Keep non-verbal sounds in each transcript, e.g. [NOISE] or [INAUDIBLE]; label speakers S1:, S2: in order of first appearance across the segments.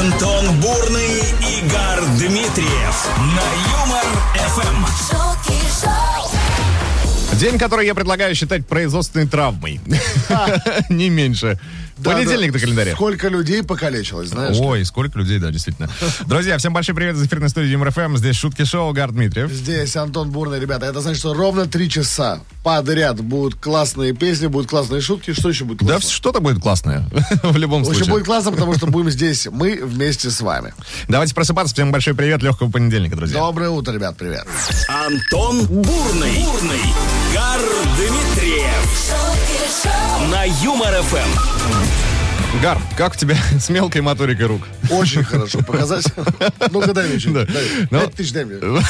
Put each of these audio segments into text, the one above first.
S1: Антон Бурный, Игорь Дмитриев на Юмор Эм. ФМ.
S2: День, который я предлагаю считать производственной травмой. [LAUGHS] Не меньше.
S3: Да,
S2: Понедельник
S3: да.
S2: на календаре.
S3: Сколько людей покалечилось, знаешь?
S2: Ой, сколько людей, да, действительно. Друзья, всем большой привет из эфирной студии МРФМ. Здесь Шутки Шоу, Гар Дмитриев.
S3: Здесь Антон Бурный, ребята. Это значит, что ровно три часа подряд будут классные песни, будут классные шутки. Что еще будет классно?
S2: Да, что-то будет классное, [LAUGHS] в любом
S3: В общем,
S2: случае.
S3: будет классно, потому что будем здесь мы вместе с
S2: [LAUGHS]
S3: вами.
S2: Давайте просыпаться. Всем большой привет, легкого понедельника, друзья.
S3: Доброе утро, ребят, привет.
S1: Антон Бурный, Бурный, Игорь Дмитриев на Юмор Эм. ФМ.
S2: Гар, как у тебя [LAUGHS] с мелкой моторикой рук?
S3: Очень хорошо. Показать? Ну-ка, дай мне чуть.
S2: Да.
S3: дай.
S2: Ну,
S3: Пять тысяч дай мне.
S2: [LAUGHS]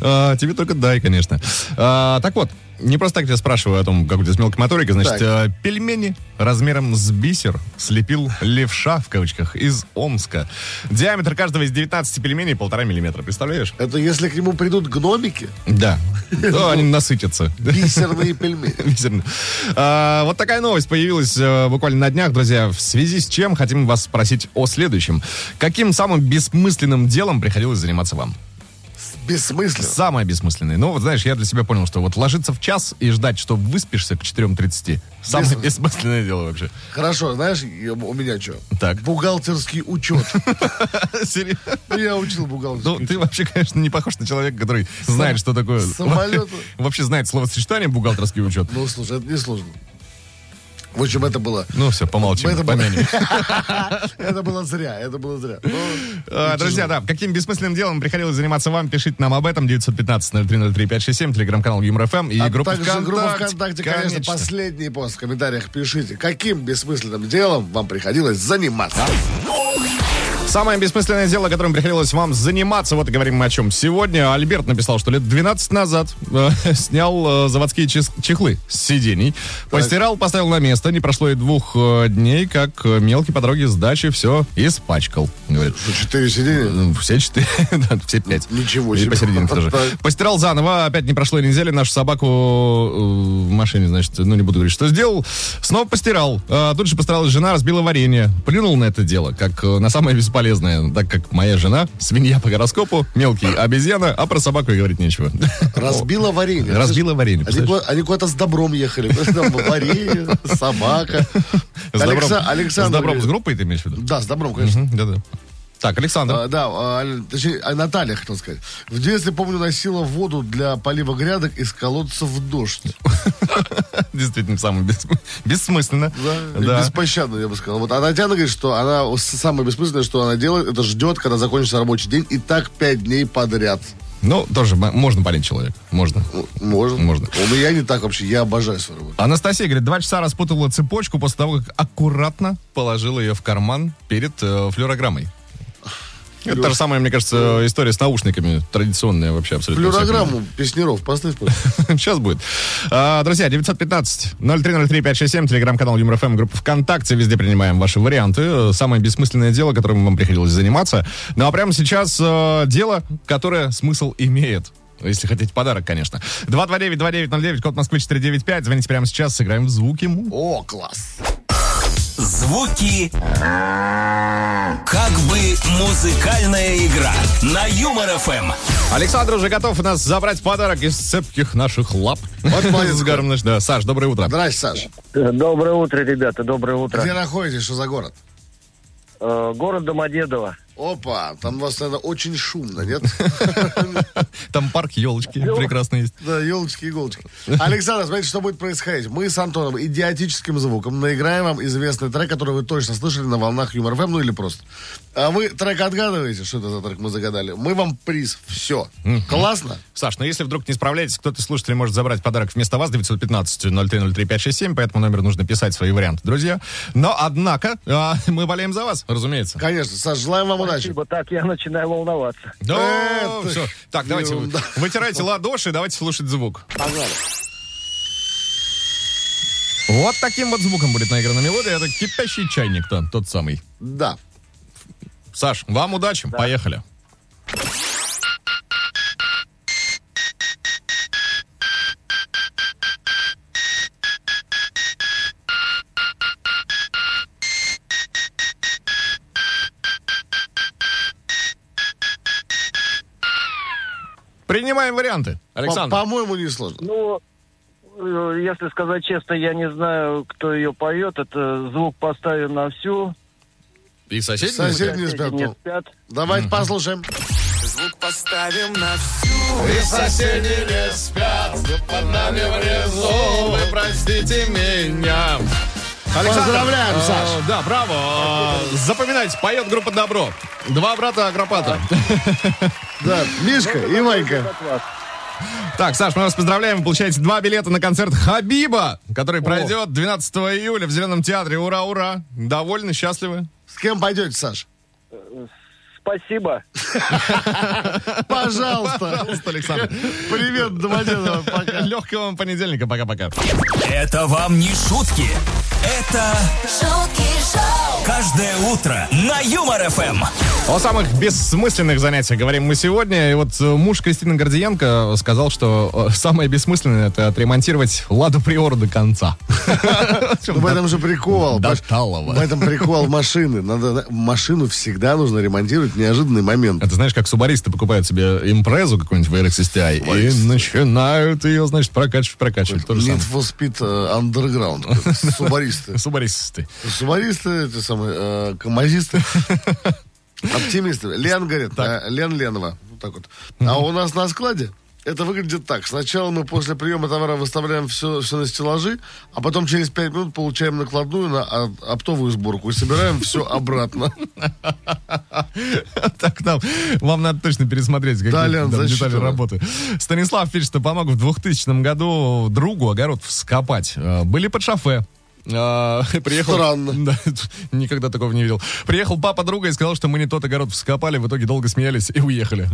S2: А, Тебе только дай, конечно. А, Так вот, не просто так я спрашиваю о том, как у тебя с мелкой моторикой. Значит,
S3: Так.
S2: а, пельмени размером с бисер слепил левша, в кавычках, из Омска. Диаметр каждого из 19 пельменей полтора миллиметра. Представляешь?
S3: Это если к нему придут гномики,
S2: [LAUGHS] Да. Ну, Они насытятся. [LAUGHS]
S3: бисерные пельмени.
S2: Мизерно. А, Вот такая новость появилась э, буквально на днях, друзья. В связи с чем хотим вас спросить о следующем. Каким самым бессмысленным делом приходилось заниматься вам?
S3: Бессмысленно.
S2: Самое бессмысленное. Ну, вот знаешь, я для себя понял, что вот ложиться в час и ждать, что выспишься к 4.30. Самое
S3: Бес-
S2: бессмысленное дело
S3: [LAUGHS]
S2: вообще.
S3: Хорошо, знаешь, я- у меня что?
S2: Так.
S3: Бухгалтерский учет.
S2: Серьезно?
S3: Я учил
S2: Ну,
S3: бухгалтерский
S2: ты вообще, конечно, не похож на человека, который знает, что такое...
S3: самолет.
S2: [LAUGHS] Вообще знает словосочетание «бухгалтерский учет».
S3: Ну, слушай, это несложно. В общем, это было...
S2: Ну все, помолчим,
S3: Это было- [LAUGHS]
S2: помянем.
S3: Это было зря, это было зря. Ну,
S2: А, Друзья, да, каким бессмысленным делом приходилось заниматься вам, пишите нам об этом. 915-0303-567, телеграм-канал ЮморФМ и
S3: А
S2: группа
S3: также
S2: ВКонтакте.
S3: группа ВКонтакте, конечно,
S2: Конечно.
S3: последний пост в комментариях пишите, каким бессмысленным делом вам приходилось
S2: А?
S3: заниматься.
S2: Самое бессмысленное дело, которым приходилось вам заниматься, вот и говорим мы о чем. Сегодня Альберт написал, что лет 12 назад э, [LAUGHS] снял э, заводские чис- чехлы с сидений, постирал, поставил на место. Не прошло и двух э, дней, как э, мелкий по дороге с дачи все испачкал. Говорит,
S3: Что, Четыре сидения?
S2: Ну, Все четыре, [LAUGHS] да, все пять.
S3: Ничего
S2: И
S3: себе.
S2: посерединке тоже.
S3: Так.
S2: Постирал заново, опять не прошло и недели, нашу собаку э, в машине, значит, ну не буду говорить, что сделал. Снова постирал. А, Тут же постаралась жена, разбила варенье. Плюнул на это дело, как э, на самое бесполезное, так как моя жена, свинья по гороскопу,
S3: [LAUGHS]
S2: мелкий обезьяна, а про собаку и говорить нечего.
S3: Разбила варенье.
S2: Разбила варенье,
S3: Они, ку- они куда-то с добром ехали. [LAUGHS] Там Варенье, собака.
S2: С
S3: Алекса-
S2: добром-
S3: Александр-
S2: С добром с группой ты имеешь в виду?
S3: Да, с добром, конечно.
S2: Мгм, Да-да. Так, Александр.
S3: А, Да, а, Аль- точнее, а, Наталья хотел сказать. В детстве, помню, носила воду для полива грядок из колодца в дождь.
S2: [LAUGHS] Действительно, самое бессмы- бессмысленно.
S3: А. Да, и беспощадно, я бы сказал. Вот, а Татьяна говорит, что она с- самое бессмысленное, что она делает, это ждет, когда закончится рабочий день, и так пять дней подряд.
S2: Ну, тоже м- можно понять человека. Можно.
S3: Ну, Можно?
S2: Можно.
S3: У меня не так вообще, я обожаю свою работу.
S2: Анастасия говорит, два часа распутала цепочку после того, как аккуратно положила ее в карман перед э, флюорограммой. Это та же самая, мне кажется, э, история с наушниками. Традиционная вообще абсолютно.
S3: Флюорограмму Песнеров поставь. пожалуйста.
S2: [LAUGHS] Сейчас будет. А, друзья, 915-0303-567, телеграм-канал ЮморФМ, эм», группа ВКонтакте. Везде принимаем ваши варианты. Э, Самое бессмысленное дело, которым вам приходилось заниматься. Ну а прямо сейчас э, дело, которое смысл имеет. Если хотите подарок, конечно. 229-2909, код Москвы 495. Звоните прямо сейчас, сыграем в звуки. му-
S3: О, класс.
S1: Звуки как бы музыкальная игра на Юмор Эм. ФМ.
S2: Александр уже готов у нас забрать подарок из цепких наших лап.
S3: [LAUGHS] Вот молодец.
S2: С Гаром, значит, да. Саш, доброе утро. [LAUGHS]
S3: Здрасте, Саш.
S4: Э, Доброе утро, ребята, доброе утро.
S3: Где находитесь, что за город?
S4: Э, город Домодедово.
S3: Опа, там у вас, наверное, очень шумно, нет?
S2: Там парк елочки прекрасный есть.
S3: Да, елочки иголочки. Александр, смотрите, что будет происходить. Мы с Антоном идиотическим звуком наиграем вам известный трек, который вы точно слышали на волнах Юмор ФМ, ну или просто. А вы трек отгадываете, что это за трек мы загадали. Мы вам приз. Все. Классно?
S2: Саш, но если вдруг не справляетесь, кто-то из слушателей может забрать подарок вместо вас 915-0303-567, по этому номеру нужно писать свои варианты, друзья. Но, однако, а, мы болеем за вас, разумеется.
S3: Конечно. Саш, желаем вам удачи.
S4: Спасибо, так я начинаю волноваться.
S2: Ну,
S3: Это
S2: всё.
S3: ж
S2: Так, давайте вы-
S3: ерунда.
S2: вытирайте ладоши, давайте слушать звук. Вот таким вот звуком будет наиграна мелодия. Это кипящий чайник, там, тот самый.
S3: Да.
S2: Саш, вам удачи, поехали. Принимаем варианты. Александр.
S3: По- По-моему, не сложно.
S4: Ну, э, если сказать честно, я не знаю, кто ее поет. Это звук поставим на всю.
S2: И соседи?
S3: Сосед- Соседи не
S4: Соседи
S3: спят,
S4: не
S3: ну.
S4: спят.
S3: Давайте послушаем.
S5: Звук поставим на всю.
S2: И соседи не спят, под нами внизу, вы простите меня.
S3: Поздравляем,
S2: э,
S3: Саш.
S2: Да, браво. Запоминайте, поет группа «Добро». Два брата [LAUGHS] Агропата.
S3: Да, Мишка и Ванька.
S4: От вас.
S2: Так, Саш, мы вас поздравляем. Вы получаете два билета на концерт Хабиба, который пройдет 12 июля в Зеленом театре. Ура, ура. Довольны, счастливы.
S3: С кем пойдете, Саш?
S4: Спасибо.
S3: Пожалуйста.
S2: Пожалуйста, [LAUGHS] Александр.
S3: Привет, Домодедово, пока.
S2: Легкого вам понедельника. Пока-пока.
S1: Это вам не шутки. Это
S6: шутки шоу,
S1: каждое утро на Юмор Эм. ФМ.
S2: Ну, О самых бессмысленных занятиях говорим мы сегодня. И вот э, муж Кристины Гордиенко сказал, что э, самое бессмысленное это отремонтировать «Ладу Приору» до конца.
S3: Ну, в этом же прикол.
S2: До
S3: понимаешь?
S2: талого.
S3: В этом прикол машины. Надо машину всегда нужно ремонтировать в неожиданный момент.
S2: Это знаешь, как субаристы покупают себе импрезу какую-нибудь в RXSTI и начинают ее, значит, прокачивать, прокачивать. То же
S3: Need
S2: самое.
S3: for Speed э, Underground. Субаристы.
S2: Субаристы.
S3: Субаристы, эти самые, э, камазисты. Оптимисты. Лен, говорит, э, Лен Ленова. Вот так вот. А у нас на складе это выглядит так. Сначала мы после приема товара выставляем все, все на стеллажи, а потом через 5 минут получаем накладную на а, оптовую сборку и собираем все обратно.
S2: [LAUGHS] Так нам, вам надо точно пересмотреть, какие
S3: Да, Лен,
S2: там
S3: зачем
S2: детали
S3: это?
S2: работы. Станислав пишет, что помог в 2000 году другу огород вскопать. Э, Были под шофе. Э, [LAUGHS] Приехал,
S3: Странно.
S2: Да, никогда такого не видел. Приехал папа друга и сказал, что мы не тот огород вскопали. В итоге долго смеялись и уехали.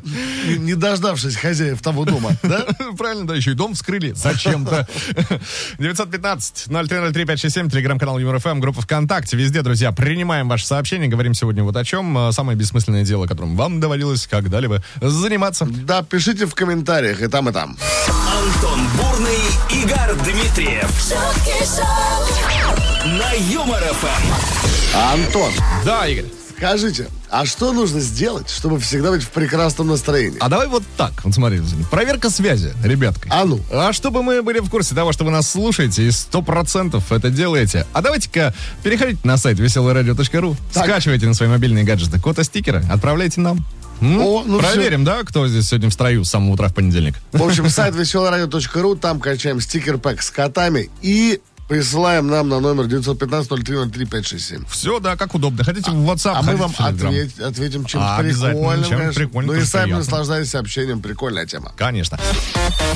S2: [LAUGHS]
S3: Не не дождавшись хозяев того дома, да?
S2: [LAUGHS] Правильно, да, еще и дом вскрыли зачем-то. [LAUGHS] 915-0303-567, телеграм-канал ЮморФМ, группа ВКонтакте. Везде, друзья, принимаем ваши сообщения. Говорим сегодня вот о чем. Э, Самое бессмысленное дело, которым вам доводилось когда-либо заниматься.
S3: Да, пишите в комментариях и там, и там.
S1: Антон Бурный, Игорь Дмитриев
S6: шутки шоу,
S1: на Юмор Эм. ФМ.
S3: Антон,
S2: Да, Игорь.
S3: скажите, а что нужно сделать, чтобы всегда быть в прекрасном настроении?
S2: А давай вот так. Вот смотри, проверка связи, ребятка.
S3: А ну.
S2: А чтобы мы были в курсе того, что вы нас слушаете и сто процентов это делаете, а давайте-ка переходите на сайт веселорадио.ру,
S3: Так.
S2: скачивайте на свои мобильные гаджеты кота стикера, отправляйте нам. М?
S3: О, ну
S2: Проверим, да, кто здесь сегодня в строю с самого утра в понедельник.
S3: В общем, сайт веселорадио.ру, там качаем стикер-пэк с котами и присылаем нам на номер 915-0303-567.
S2: Все, да, как удобно. Хотите в WhatsApp,
S3: А мы
S2: хотите
S3: вам
S2: в Telegram.
S3: ответь- ответим чем-то
S2: А, обязательно,
S3: прикольным,
S2: чем
S3: конечно.
S2: прикольным,
S3: ну и
S2: тоже
S3: сами
S2: приятно.
S3: наслаждайтесь общением, прикольная тема.
S2: Конечно.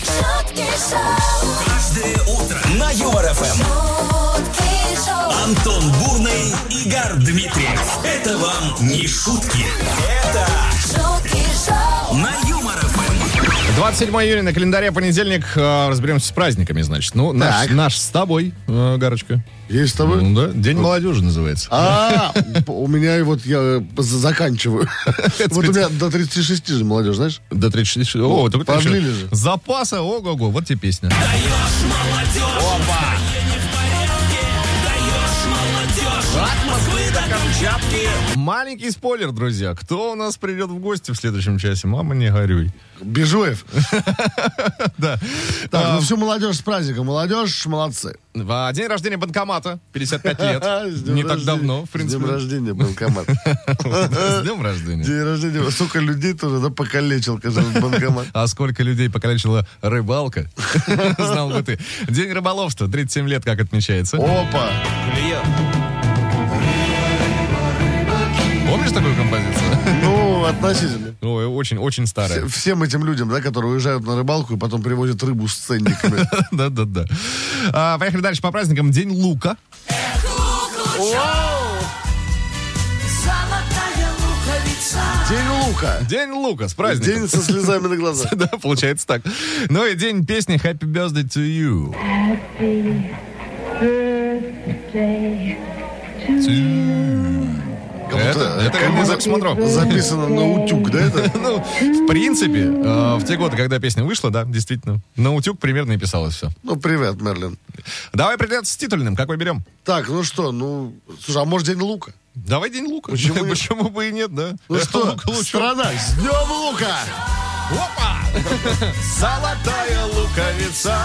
S6: шутки шоу,
S1: Каждое утро на Юмор ФМ.
S6: шутки шоу,
S1: Антон Бурный, Игорь Дмитриев. Это вам не шутки. Это
S6: шутки шоу,
S1: на Юмор ФМ.
S2: 27 июня на календаре понедельник. э, разберемся с праздниками, значит. Ну, наш,
S3: Так.
S2: наш с тобой, э, Гарочка.
S3: Есть с тобой?
S2: Ну да, День молодежи называется.
S3: А, у меня и вот я э,
S2: [LAUGHS]
S3: за- заканчиваю. Вот у меня до 36 же молодежь, знаешь?
S2: До 36. О, так это
S3: продлили
S2: еще
S3: же.
S2: Запаса, ого-го, вот тебе песня. Маленький спойлер, друзья. Кто у нас придет в гости в следующем часе? Мама, не горюй. [LAUGHS]
S3: Бежуев.
S2: Да.
S3: Так,
S2: А,
S3: ну всю молодежь с праздником. Молодежь, молодцы.
S2: в- а, День рождения банкомата, 55 лет.
S3: [LAUGHS] С днем
S2: Не так
S3: рождения.
S2: давно, в
S3: С
S2: принципе.
S3: днем
S2: [LAUGHS]
S3: рождения, банкомат.
S2: С днем рождения.
S3: [LAUGHS] День рождения. Сколько людей тоже, да, покалечил, казалось, банкомат.
S2: А сколько людей покалечила рыбалка, [LAUGHS] знал бы ты. День рыболовства, 37 лет, как отмечается.
S3: Опа!
S2: Помнишь такую композицию? [LAUGHS]
S3: Ну, относительно.
S2: Ой, очень-очень старая.
S3: Все- Всем этим людям, да, которые уезжают на рыбалку и потом привозят рыбу
S2: [LAUGHS]
S3: с ценниками.
S2: [LAUGHS] Да-да-да. А, Поехали дальше по праздникам. День лука.
S6: золотая луковица,
S3: День лука.
S2: День лука, с праздником.
S3: День со слезами на глазах.
S2: [LAUGHS] Да, получается так. Ну и день песни Happy Birthday to You.
S3: Как
S2: [LAUGHS] Это,
S3: будто-
S2: это
S3: как
S2: я не
S3: будто
S2: запись смотрел.
S3: Записано на утюг, да, это?
S2: [LAUGHS] Ну, в принципе, э, в те годы, когда песня вышла, да, действительно, на утюг примерно и писалось все.
S3: Ну, привет, Мерлин.
S2: Давай определяться с титульным, какой берем?
S3: Так, ну что, ну, слушай, а может, день лука?
S2: Давай день лука. [LAUGHS]
S3: Почему-
S2: Почему бы и нет, да?
S3: Ну что,
S2: Лук лучше. [LAUGHS]
S3: страна, с днем лука!
S2: Опа! Золотая луковица!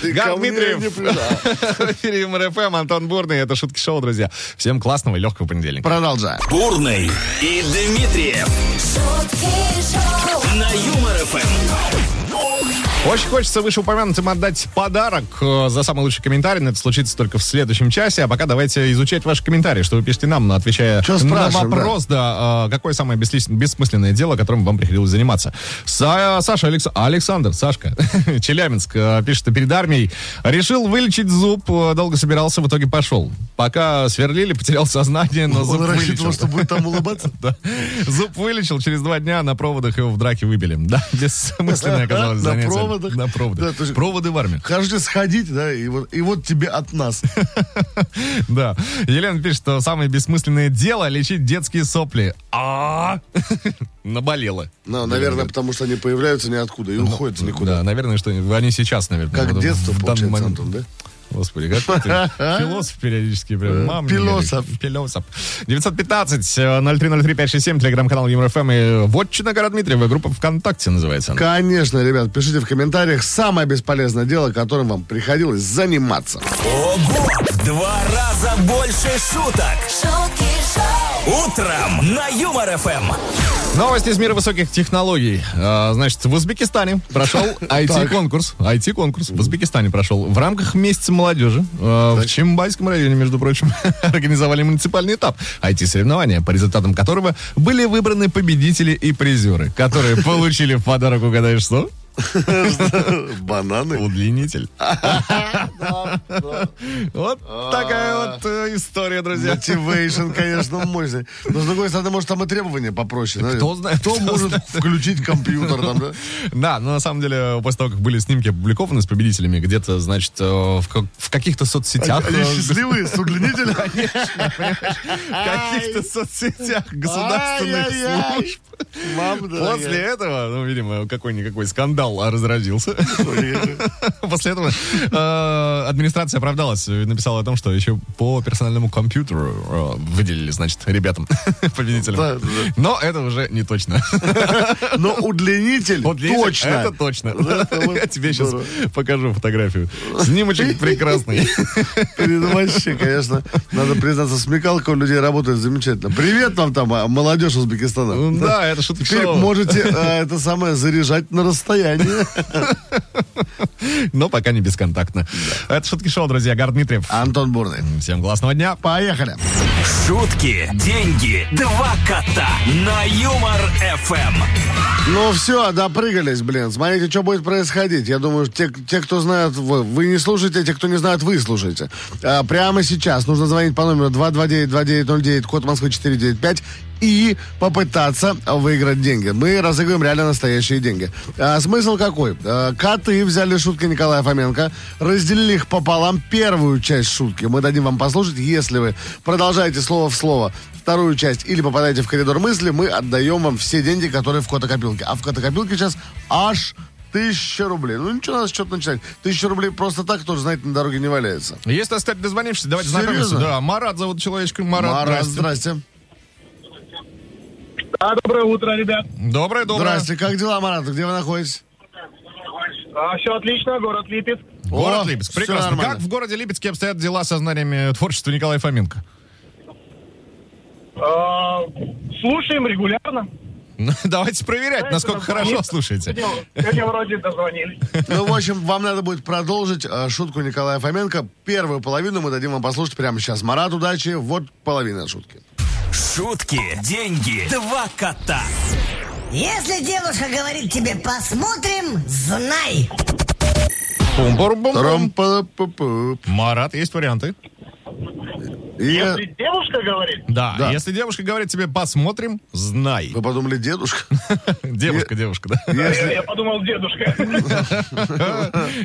S3: Ты
S2: Гар
S3: ко мне
S2: Дмитриев.
S3: не плюнь.
S2: В эфире МРФМ, Антон Бурный, это Шутки Шоу, друзья. Всем классного и легкого понедельника.
S3: Продолжаем.
S1: Бурный и Дмитриев
S6: шутки шоу,
S1: на Юмор ФМ.
S2: Очень хочется вышеупомянутым отдать подарок э, за самый лучший комментарий, но это случится только в следующем часе. А пока давайте изучать ваши комментарии, что вы пишете нам, на- отвечая
S3: Чё
S2: на
S3: спрашиваем,
S2: вопрос, да, э, какое самое беслис- бессмысленное дело, которым вам приходилось заниматься. Са- Саша Алекс- Александр, Сашка, [LAUGHS] Челябинск, э, пишет, что перед армией решил вылечить зуб, э, долго собирался, в итоге пошел. Пока сверлили, потерял сознание, но зуб
S3: Он
S2: Ну, вылечил.
S3: рассчитывал, что будет там улыбаться.
S2: Да. Зуб вылечил, через два дня на проводах его в драке выбили. Да, бессмысленное
S3: [LAUGHS]
S2: оказалось
S3: На
S2: занятие.
S3: проводах?
S2: На проводах.
S3: Да, то есть-
S2: Проводы в армии.
S3: Хорошо сходить, да, и вот, и вот тебе от нас.
S2: [LAUGHS] Да. Елена пишет, что самое бессмысленное дело — лечить детские сопли. а [LAUGHS] Наболело.
S3: Ну, наверное, потому что они появляются ниоткуда и уходят никуда.
S2: Ну, Да, наверное, что они сейчас, наверное.
S3: Как
S2: вот
S3: детство,
S2: в данный
S3: получается,
S2: момент.
S3: Антон, да?
S2: Господи, как ты
S3: [LAUGHS]
S2: философ периодически. Прям,
S3: Да.
S2: мам,
S3: Пилософ.
S2: не горюй. Пилософ. 915 э, 0303-567, телеграм-канал ЮморФМ и Вотчина Гора Дмитриева, группа ВКонтакте называется она.
S3: Конечно, ребят, пишите в комментариях самое бесполезное дело, которым вам приходилось заниматься.
S1: Ого! В два раза больше шуток.
S6: шутки шоу,
S1: Утром на Юмор ФМ.
S2: Новости из мира высоких технологий. А, Значит, в Узбекистане прошел IT-конкурс. IT-конкурс в Узбекистане прошел. В рамках месяца молодежи а, в Чембайском районе, между прочим, [LAUGHS] организовали муниципальный этап IT-соревнования, по результатам которого были выбраны победители и призеры, которые получили в подарок, угадаешь, что?
S3: [LAUGHS] Бананы.
S2: Удлинитель. [LAUGHS] Вот такая вот э, история, друзья.
S3: Мотивейшн, конечно, мощный. Но, с другой стороны, может, там и требования попроще. да?
S2: Кто знает,
S3: Кто
S2: кто
S3: может включить компьютер там, да?
S2: Да, но на самом деле, после того, как были снимки опубликованы с победителями, где-то, значит, э, в, как- в каких-то соцсетях...
S3: Они
S2: э,
S3: счастливые, с удлинителем.
S2: В каких-то соцсетях государственных
S3: Ай-яй-яй.
S2: служб.
S3: Мам, да,
S2: После этого, ну, видимо, какой-никакой скандал а, разразился. [LAUGHS] После этого э, администрация оправдалась и написала о том, что еще по персональному компьютеру э, выделили, значит, ребятам, [LAUGHS]
S3: Да,
S2: победителям.
S3: да.
S2: Но это уже не точно.
S3: я- Но удлинитель
S2: Вот видите,
S3: точно.
S2: Это
S3: [LAUGHS]
S2: точно.
S3: Это
S2: [LAUGHS]
S3: вот
S2: Я тебе сейчас
S3: здорово.
S2: покажу фотографию. Снимочек прекрасный.
S3: Блин, Вообще, конечно, надо признаться, смекалка у людей работает замечательно. Привет вам там, а, молодежь Узбекистана.
S2: Ну Да, это шутка
S3: Теперь
S2: шоу.
S3: можете а, это самое заряжать на [LAUGHS] расстоянии.
S2: Но пока не бесконтактно. Это шутки шоу, друзья. Гар Дмитриев.
S3: Антон Бурный.
S2: Всем классного дня.
S3: Поехали.
S1: Шутки, деньги, два кота на Юмор Эм. ФМ.
S3: Ну все, допрыгались, блин. Смотрите, что будет происходить. Я думаю, те, те, кто знают, вы, вы не слушаете, а те, кто не знает, вы слушаете. А, прямо сейчас нужно звонить по номеру 229-2909, код Москвы 495 и попытаться выиграть деньги. Мы разыгрываем реально настоящие деньги. А, смысл какой? А, коты взяли шутки Николая Фоменко, разделили их пополам первую часть шутки. Мы дадим вам послушать, если вы продолжаете слово в слово вторую часть или попадаете в коридор мысли, мы отдаем вам все деньги, которые в котокопилке. А в котокопилке сейчас аж тысяча рублей. Ну ничего, надо счет начинать. Тысяча рублей просто так, кто же знает, на дороге не валяется.
S2: Есть, кстати, дозвонившись. Давайте
S3: Серьезно?
S2: знакомимся. Да, Марат зовут человечка. Марат,
S3: Марат,
S2: здрасте.
S3: здрасте.
S7: Да, доброе утро, ребят.
S2: Доброе, доброе.
S3: Здрасте, как дела, Марат? Где вы
S2: [LAUGHS]
S3: находитесь?
S7: все отлично, город Липецк.
S2: Город
S3: О,
S2: Липецк.
S3: всё
S2: Прекрасно.
S3: нормально.
S2: Как в городе Липецке обстоят дела со знаниями творчества Николая Фоменко?
S7: А, слушаем регулярно.
S2: Ну, [LAUGHS] Давайте проверять, насколько
S7: Знаете,
S2: хорошо
S7: дозвонились.
S2: слушаете.
S7: Сегодня, сегодня вроде дозвонились.
S3: Ну, в общем, вам надо будет продолжить э, шутку Николая Фоменко. Первую половину мы дадим вам послушать прямо сейчас. Марат, удачи. Вот половина шутки.
S1: Шутки, деньги, два кота.
S8: Если девушка говорит тебе «посмотрим», знай.
S2: Пум-пум-пум-пум.
S3: Тром-па-па-пуп.
S2: Марат, есть варианты?
S3: И...
S7: Если девушка говорит,
S2: Да.
S3: Да.
S2: Если девушка говорит тебе «посмотрим», знай.
S3: Вы
S2: [LAUGHS]
S3: подумали, дедушка?
S2: Девушка, девушка, да.
S3: [LAUGHS]
S7: Э, я,
S3: Если...
S7: я подумал, дедушка.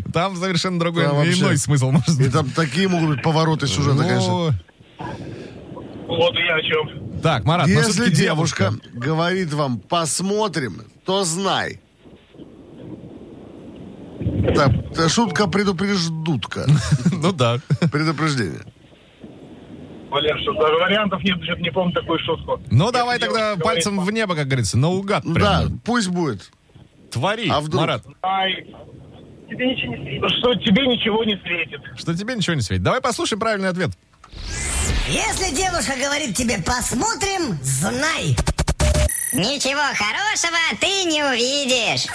S7: [LAUGHS]
S2: Там совершенно другой,
S3: Да, вообще.
S2: иной смысл может
S3: И
S2: быть.
S3: там такие могут быть повороты сюжета, конечно.
S2: Ну,
S7: Вот и я о чем.
S2: Так, Марат, но
S3: Если
S2: А, ну, всё-таки
S3: девушка, говорит вам «посмотрим», то знай. Так,
S2: [LAUGHS]
S3: это шутка предупреждутка.
S2: Ну да.
S3: Предупреждение.
S7: Валер, что даже вариантов нет, даже не помню такую шутку.
S2: Ну,
S7: Если
S2: давай
S7: девушка
S2: тогда
S7: говорит,
S2: пальцем в небо, как говорится, наугад
S3: Ну
S2: прям.
S3: Да, пусть будет.
S2: Твори,
S3: А вдруг?
S2: Марат,
S7: «Ай, Что тебе ничего не светит.
S2: что тебе ничего не светит. Давай послушай правильный ответ.
S8: Если девушка говорит тебе «посмотрим», знай.
S9: Ничего хорошего ты не увидишь.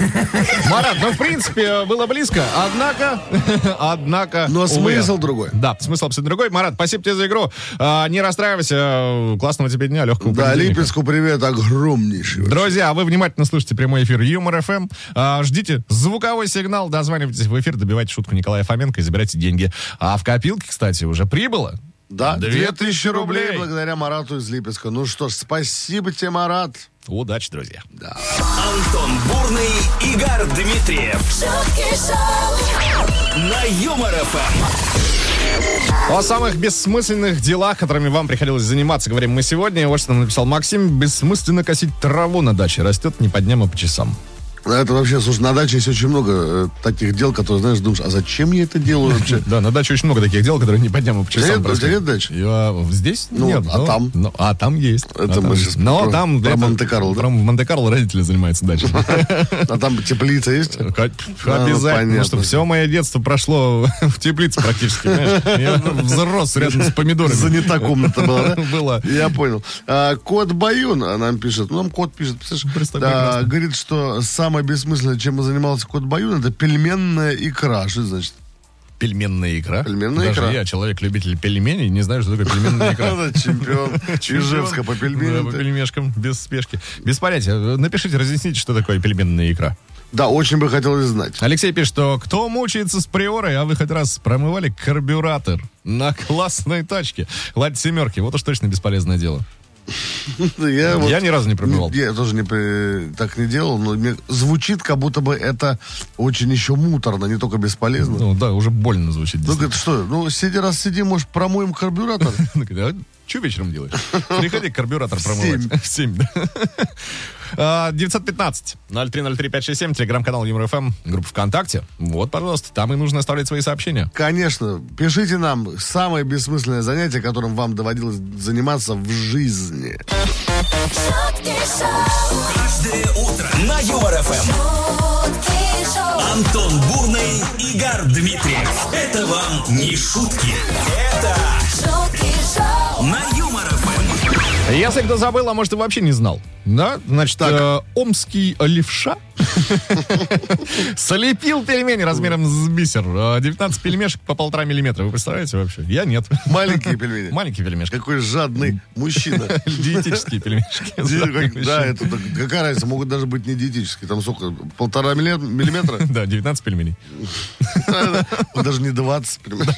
S2: Марат, ну, в принципе, было близко, однако... [LAUGHS] однако...
S3: Но
S2: увы.
S3: смысл другой.
S2: Да, смысл абсолютно другой. Марат, спасибо тебе за игру. А, не расстраивайся. э, Классного тебе дня, легкого
S3: Да, Липецку привет огромнейший.
S2: Друзья, а вы внимательно слушайте прямой эфир Юмор ФМ. А, ждите звуковой сигнал, дозванивайтесь в эфир, добивайте шутку Николая Фоменко и забирайте деньги. А в копилке, кстати, уже прибыло.
S3: Да,
S2: Две
S3: 2000 рублей
S2: рублей.
S3: благодаря Марату из Липецка. Ну что ж, спасибо тебе, Марат.
S2: Удачи, друзья.
S1: Антон Бурный, Игорь Дмитриев
S6: шутки шоу,
S1: на Юмор Эм. ФМ.
S2: О самых бессмысленных делах, которыми вам приходилось заниматься, говорим мы сегодня. Вот что нам написал Максим. Бессмысленно косить траву на даче. Растет не по дням, а по часам.
S3: Это вообще, слушай, на даче есть очень много э, таких дел, которые, знаешь, думаешь, а зачем я это делаю вообще?
S2: Да, на даче очень много таких дел, которые не по дням, а по [LAUGHS]
S3: тебя
S2: часам.
S3: нет-
S2: происходят.
S3: у тебя нет дачи?
S2: Я- здесь
S3: Ну,
S2: нет.
S3: а
S2: но-
S3: там?
S2: но- а там есть.
S3: Это
S2: А там
S3: мы
S2: есть.
S3: сейчас
S2: Но
S3: про-
S2: там...
S3: про
S2: это-
S3: Монте-Карло, да?
S2: Про Монте-Карло родители занимаются
S3: [LAUGHS]
S2: дачей.
S3: А там теплица есть?
S2: Ка-
S3: А, ну,
S2: Обязательно, потому что
S3: понятно.
S2: все мое детство прошло [LAUGHS] в теплице практически, понимаешь? Я взрос рядом с помидорами.
S3: Занята комната была, да?
S2: Была.
S3: Я понял. А, Кот Баюн а, нам пишет. Ну, Нам кот пишет, представляешь?
S2: Просто
S3: Да,
S2: прекрасно.
S3: говорит, что самое бессмысленное, чем занимался кот Баюн, это пельменная икра. Что это значит?
S2: Пельменная икра.
S3: Пельменная
S2: Даже
S3: икра.
S2: я, человек-любитель пельменей, не знаю, что такое пельменная икра.
S3: [LAUGHS] Это Чемпион Ижевска по
S2: Да, по
S3: пельменям.
S2: пельмешкам, без спешки. Без понятия. Напишите, разъясните, что такое пельменная икра.
S3: Да, очень бы хотелось знать.
S2: Алексей пишет, что кто мучается с приорой, а вы хоть раз промывали карбюратор на классной тачке. Ладь семерки, вот уж точно бесполезное дело.
S3: [LAUGHS] Я вот-
S2: Я ни разу не промывал.
S3: Я тоже не, при- так не делал, но мне звучит, как будто бы это очень еще муторно, не только бесполезно.
S2: Ну да, уже больно звучит.
S3: Ну, говорит, что, ну, сиди, раз сиди, может, промоем карбюратор?
S2: Что А вечером делаешь? Приходи карбюратор промывать. В [LAUGHS] 7. да. А, 915-0303-567, телеграм-канал Юмор ФМ, группа ВКонтакте. Вот, пожалуйста, там и нужно оставлять свои сообщения.
S3: Конечно, пишите нам самое бессмысленное занятие, которым вам доводилось заниматься в жизни.
S6: шутки шоу,
S1: Каждое утро на Юмор ФМ.
S6: шутки шоу,
S1: Антон Бурный, Игорь Дмитриев. Это вам не шутки. Это
S6: шутки шоу,
S1: на Юмор Эм. ФМ.
S2: Если кто забыл, а может и вообще не знал. Да, значит, э, омский левша [LAUGHS] слепил пельмени размером с бисер. Э, 19 пельмешек по полтора миллиметра. Вы представляете вообще? Я нет.
S3: Маленькие пельмени.
S2: Маленькие [LAUGHS] пельмешки.
S3: Какой жадный
S2: [LAUGHS]
S3: мужчина.
S2: Диетические пельмешки.
S3: Да, это так- какая разница, могут даже быть не диетические. Там сколько, полтора
S2: [LAUGHS]
S3: милле- миллиметра?
S2: Да, 19 пельменей.
S3: Даже не 20, понимаешь?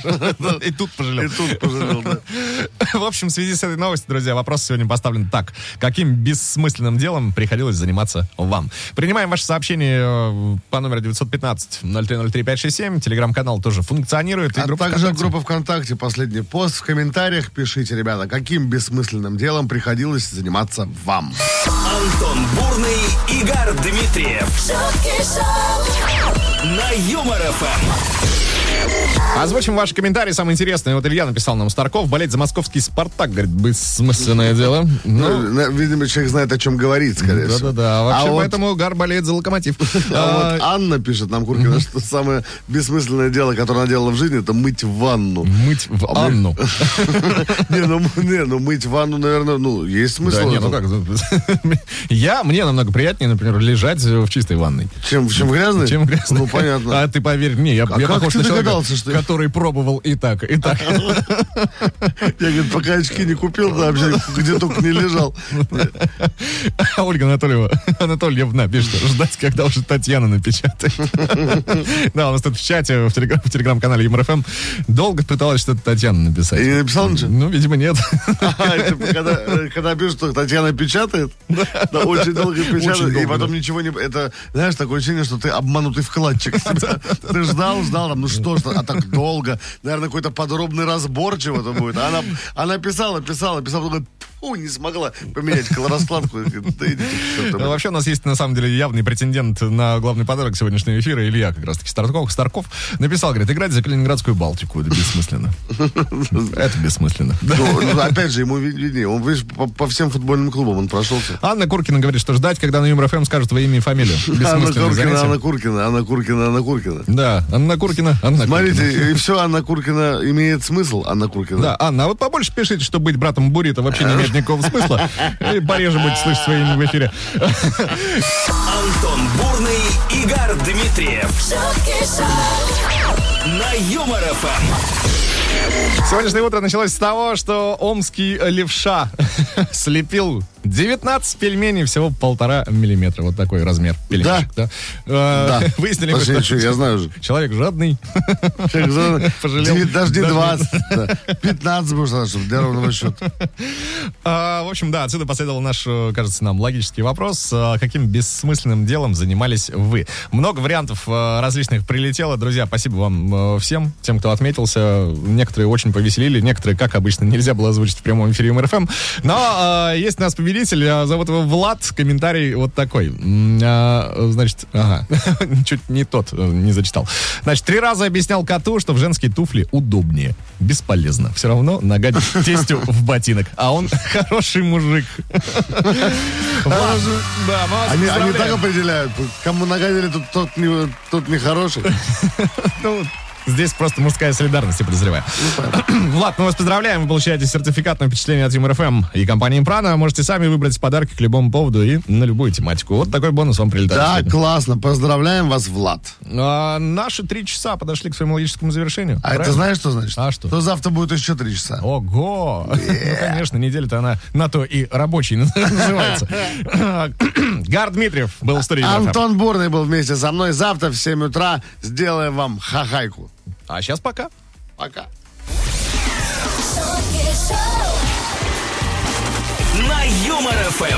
S3: [LAUGHS]
S2: И тут пожалел.
S3: И тут пожалел, да.
S2: В общем, в связи с этой новостью, друзья, вопрос сегодня поставлен так. Каким бессмысленным делом приходилось заниматься вам? Принимаем ваши сообщения э, по номеру 915-0303-567. Телеграм-канал тоже функционирует. и
S3: А
S2: группа
S3: также
S2: ВКонтакте.
S3: группа ВКонтакте, последний пост. В комментариях пишите, ребята, каким бессмысленным делом приходилось заниматься вам.
S1: Антон Бурный, Игорь Дмитриев
S6: шутки шоу,
S1: на Юмор Эм. ФМ.
S2: Озвучим ваши комментарии, самые интересные. Вот Илья написал нам Старков. Болеть за московский «Спартак», говорит, бессмысленное дело. Ну,
S3: Ну, на- видимо, человек знает, о чем говорит, скорее всего.
S2: Да-да-да.
S3: а
S2: Вообще,
S3: вот-
S2: поэтому Гар болеет за «Локомотив».
S3: А
S2: А,
S3: вот Анна пишет нам, Куркина, что самое бессмысленное дело, которое она делала в жизни, это мыть
S2: [LAUGHS]
S3: ванну.
S2: Мыть в
S3: А мы-
S2: Анну.
S3: Не, ну, м- не, ну мыть ванну, наверное, ну, есть смысл.
S2: Да
S3: в
S2: не, ну
S3: этом.
S2: как, [LAUGHS] я, мне намного приятнее, например, лежать в чистой ванной.
S3: Чем, чем грязный?
S2: Чем грязно.
S3: Ну, понятно.
S2: А ты поверь мне, я,
S3: А
S2: я
S3: как
S2: похож
S3: ты
S2: на человека,
S3: догадался, что я-
S2: который пробовал и так, и
S3: [LAUGHS]
S2: так.
S3: Я, говорит, пока очки не купил, да, вообще где только не лежал.
S2: А [LAUGHS] Ольга Анатольева, [LAUGHS] Анатольевна пишет, ждать, когда уже Татьяна
S3: [LAUGHS]
S2: напечатает. Да, у нас тут в чате, в телеграм- в телеграм-канале ЮморФМ долго пыталась что-то Татьяна написать.
S3: И не написал ничего?
S2: Ну, видимо, нет.
S3: А, это когда, э, когда пишут, что Татьяна печатает, да, очень долго печатает,
S2: Очень долго,
S3: и потом
S2: да.
S3: ничего не... Это, знаешь, такое ощущение, что ты обманутый [LAUGHS] вкладчик. Ты ждал, ждал, там, ну что ж, а так долго. Наверное, какой-то подробный разбор чего-то будет. А Она, она писала, писала, писала, потом говорит, фу, не смогла поменять колораскладку. Да идите
S2: [LAUGHS]
S3: к черту.
S2: Ну, Вообще у нас есть, на самом деле, явный претендент на главный подарок сегодняшнего эфира, Илья, как раз-таки Старков, Старков написал, говорит, играть за Калининградскую Балтику, это
S3: [LAUGHS]
S2: бессмысленно. Это бессмысленно.
S3: Ну, ну, опять же, ему ви- виднее. Он, видишь, по, по всем футбольным клубам он прошелся.
S2: Анна Куркина говорит, что ждать, когда на Юмор ФМ скажут твое имя и фамилию.
S3: [LAUGHS]
S2: Бессмысленное
S3: Анна Куркина, Анна
S2: занятие.
S3: Куркина, Анна Куркина, Анна Куркина.
S2: Да, Анна Куркина, Анна Куркина.
S3: Смотрите, э, и все Анна Куркина имеет смысл, Анна Куркина.
S2: Да, Анна, а вы побольше пишите, что быть братом Бурита вообще не имеет никакого
S3: [LAUGHS]
S2: смысла. И пореже будете слышать свои имя в эфире.
S1: Антон Бурный, Игорь Дмитриев
S6: шутки шоу,
S1: на Юмор Эм. ФМ.
S2: Сегодняшнее утро началось с того, что омский левша [LAUGHS] слепил 19 пельменей всего полтора миллиметра. Вот такой размер пельменчик, да? Э,
S3: Да.
S2: [LAUGHS] Выяснили, мы,
S3: Подожди,
S2: что
S3: что, я знаю же.
S2: человек жадный.
S3: Человек за-
S2: [LAUGHS] Пожалел.
S3: Девять- Даже не
S2: Даже не-
S3: 20, да. 15 будет надо, чтобы для ровного счета.
S2: А, в общем, да, отсюда последовал наш, э, кажется нам, логический вопрос. А, Каким бессмысленным делом занимались вы? Много вариантов э, различных прилетело. Друзья, спасибо вам э, всем, тем, кто отметился. Некоторые очень повеселили, некоторые, как обычно, нельзя было озвучить в прямом эфире МРФМ. Но э, есть у нас победитель, э, зовут его Влад. Комментарий вот такой. М, а, Значит, ага, [LAUGHS] чуть не тот э, не зачитал. Значит, три раза объяснял коту, что в женские туфли удобнее. Бесполезно. Все равно нагадит тестю в ботинок. А он [LAUGHS] хороший [LAUGHS] мужик. Влад, Да, мы вас
S3: Они, они так
S2: поздравляем.
S3: определяют. Кому нагадили, тот, тот, не, тот нехороший.
S2: Ну, Здесь просто мужская солидарность, я подозреваю. [CLEARS THROAT]
S3: Ну,
S2: Влад, мы вас поздравляем. Вы получаете сертификат на впечатление от ЮМРФМ и компании Импрана. Можете сами выбрать подарки к любому поводу и на любую тематику. Вот такой бонус вам прилетает.
S3: Да,
S2: сегодня.
S3: классно. Поздравляем вас, Влад.
S2: А, наши три часа подошли к своему логическому завершению.
S3: А это
S2: Правильно?
S3: знаешь, что значит?
S2: А что?
S3: То завтра будет еще три часа.
S2: Ого! [LAUGHS] Ну, конечно, неделя-то она на то и рабочий [LAUGHS] называется.
S3: [LAUGHS]
S2: [CLEARS THROAT] Гар Дмитриев был в студии.
S3: Антон Бурный был вместе со мной. Завтра в 7 утра сделаем вам хахайку.
S2: А сейчас пока.
S3: Пока.
S6: шутки шоу.
S1: На Юмор ФМ.